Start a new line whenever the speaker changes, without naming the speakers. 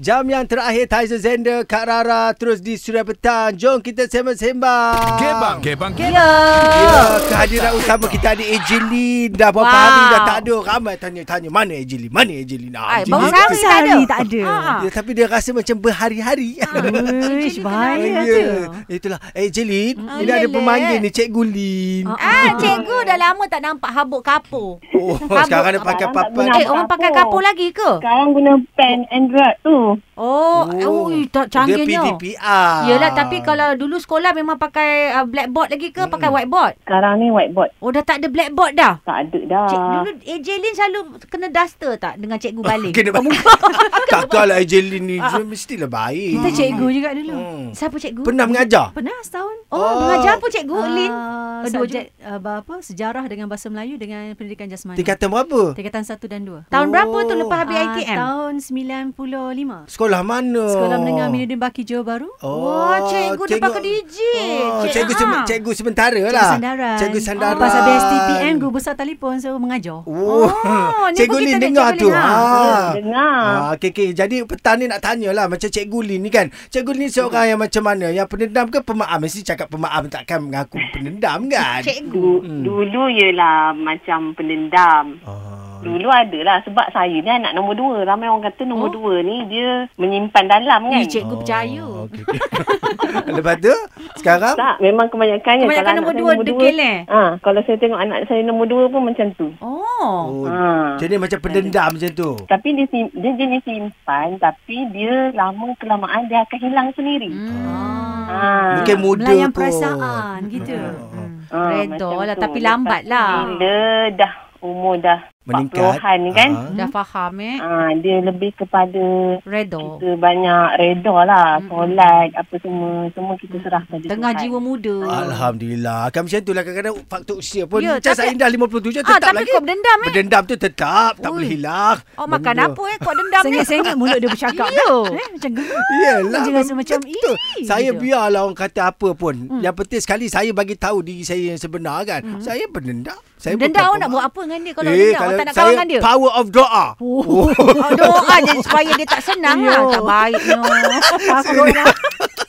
Jam yang terakhir Tyson Zender, Kak Rara terus di Suria Petang. Jom kita sembang-sembang.
Gebang Gebang Gebang
Ya.
Ya, kehadiran utama kita ada Ejeli. Dah berapa
Wow.
hari dah tak ada. Ramai tanya-tanya mana Ejeli? Mana Ejeli? Nah,
Ai,
Ejeli
baru
tu-
sehari tak ada. Ah,
tak ada.
Ya, tapi dia rasa macam berhari-hari.
Wish, bahaya
Ya,
tu.
Itulah. Eh, Jelin, ini ada
Jelin.
pemanggil ni, Cikgu Lin.
Ah, cikgu dah lama tak nampak habuk kapur.
Oh, sekarang dia pakai
Abang tak
papan.
guna.
Eh, orang
kapur.
pakai kapur lagi ke?
Sekarang guna pen Android tu.
Oh, oh, ui, tak
Dia
canggihnya.
PDPR.
Yelah, tapi kalau dulu sekolah memang pakai uh, blackboard lagi ke?
Hmm.
Pakai whiteboard?
Sekarang ni whiteboard
Oh, dah tak ada blackboard dah.
tak ada dah.
Cik, dulu AJ Lin selalu kena duster tak dengan cikgu
Ah,
balik? Ah.
Kena balik. lah Takkanlah Jelin ni, dia mestilah baik.
Kita cikgu juga dulu.
Hmm.
Siapa cikgu?
Pernah mengajar?
Pernah setahun.
Oh,
Oh.
mengajar apa cikgu Lin?
Ah,
Kedua
subjek uh, apa sejarah dengan bahasa Melayu dengan pendidikan jasmani.
Tingkatan berapa?
Tingkatan 1 dan 2.
Tahun berapa
Oh.
tu lepas habis
Ah,
ITM?
tahun 95.
Sekolah mana?
Sekolah Menengah Minudin Baki Johor Bahru.
Wah, cikgu dia pakai DJ.
Oh,
Cik-
cikgu,
ah. Oh,
sem- cikgu sementara
Cikgu
lah.
Sandaran.
Cikgu Sandaran.
Pasal BSTPM, guru besar telefon, so mengajar.
Oh,
Oh, ni
Cikgu
pun
Lin
kita ada
dengar
Cikgu
tu.
Lin, ha.
Ha.
Dengar.
Ah, okay, okay. Jadi petang ni nak tanyalah macam Cikgu Lin ni kan. Cikgu Lin seorang yang macam mana? Yang pendendam ke pemaaf? Mesti cakap pemaaf takkan mengaku pendendam kan?
Cikgu.
Du- Dulu ialah macam pendendam.
Ah.
Dulu ada lah sebab saya ni anak nombor dua. Ramai orang kata nombor oh. dua ni dia menyimpan dalam kan.
Ui, cikgu percaya.
Oh, okay, okay. Lepas tu, sekarang?
Tak, memang kebanyakannya.
Kebanyakan
Eh, Kalau anak
nombor
saya
dua degil, eh?
Ha, kalau saya tengok anak saya nombor dua pun macam tu.
Oh.
Oh,
Ah.
Jadi macam pendendam macam tu.
Tapi dia, sim- dia jenis simpan tapi dia lama kelamaan dia akan hilang sendiri.
Hmm.
Hmm.
Ah.
Ah.
Mungkin muda
Melayan
kot.
perasaan gitu. Hmm.
Ah,
Redha
macam
lah,
tu.
tapi lambat
Lepas
lah.
Bila dah umur dah
Meningkat.
40-an kan.
Ah.
Dah faham eh.
Ah, dia lebih kepada
Redo.
kita banyak reda lah. Solat, apa semua. Semua kita serahkan je
Tengah
Tuhan.
jiwa muda.
Alhamdulillah. Kan macam tu lah kadang-kadang faktor usia pun. Ya,
Ya,
macam
tapi-
saya dah 57 tetap
Ah, tapi
lagi.
kau berdendam eh.
Berdendam tu tetap. Tak
Ui.
boleh hilang.
Oh, makan
Benda.
apa eh? Kau dendam ni?
Sengit-sengit mulut dia bercakap
Ya.
kan? Eh, macam gerak.
Yelah.
Dia rasa
mem-
macam,
betul.
"Ih,"
Saya
gitu.
biarlah orang kata apa pun.
Hmm.
Yang penting sekali saya bagi tahu diri saya yang sebenar kan. Saya berdendam. Saya
Dendam Hmm. awak nak buat
pemaaf.
apa dengan dia kalau
Eh,
dendam? Awak tak nak kawan
saya
dengan dia?
Power of doa. Oh.
Ya.
Oh, doa je supaya dia tak senang lah.
Yo.
Tak baik. No.
Takut lah.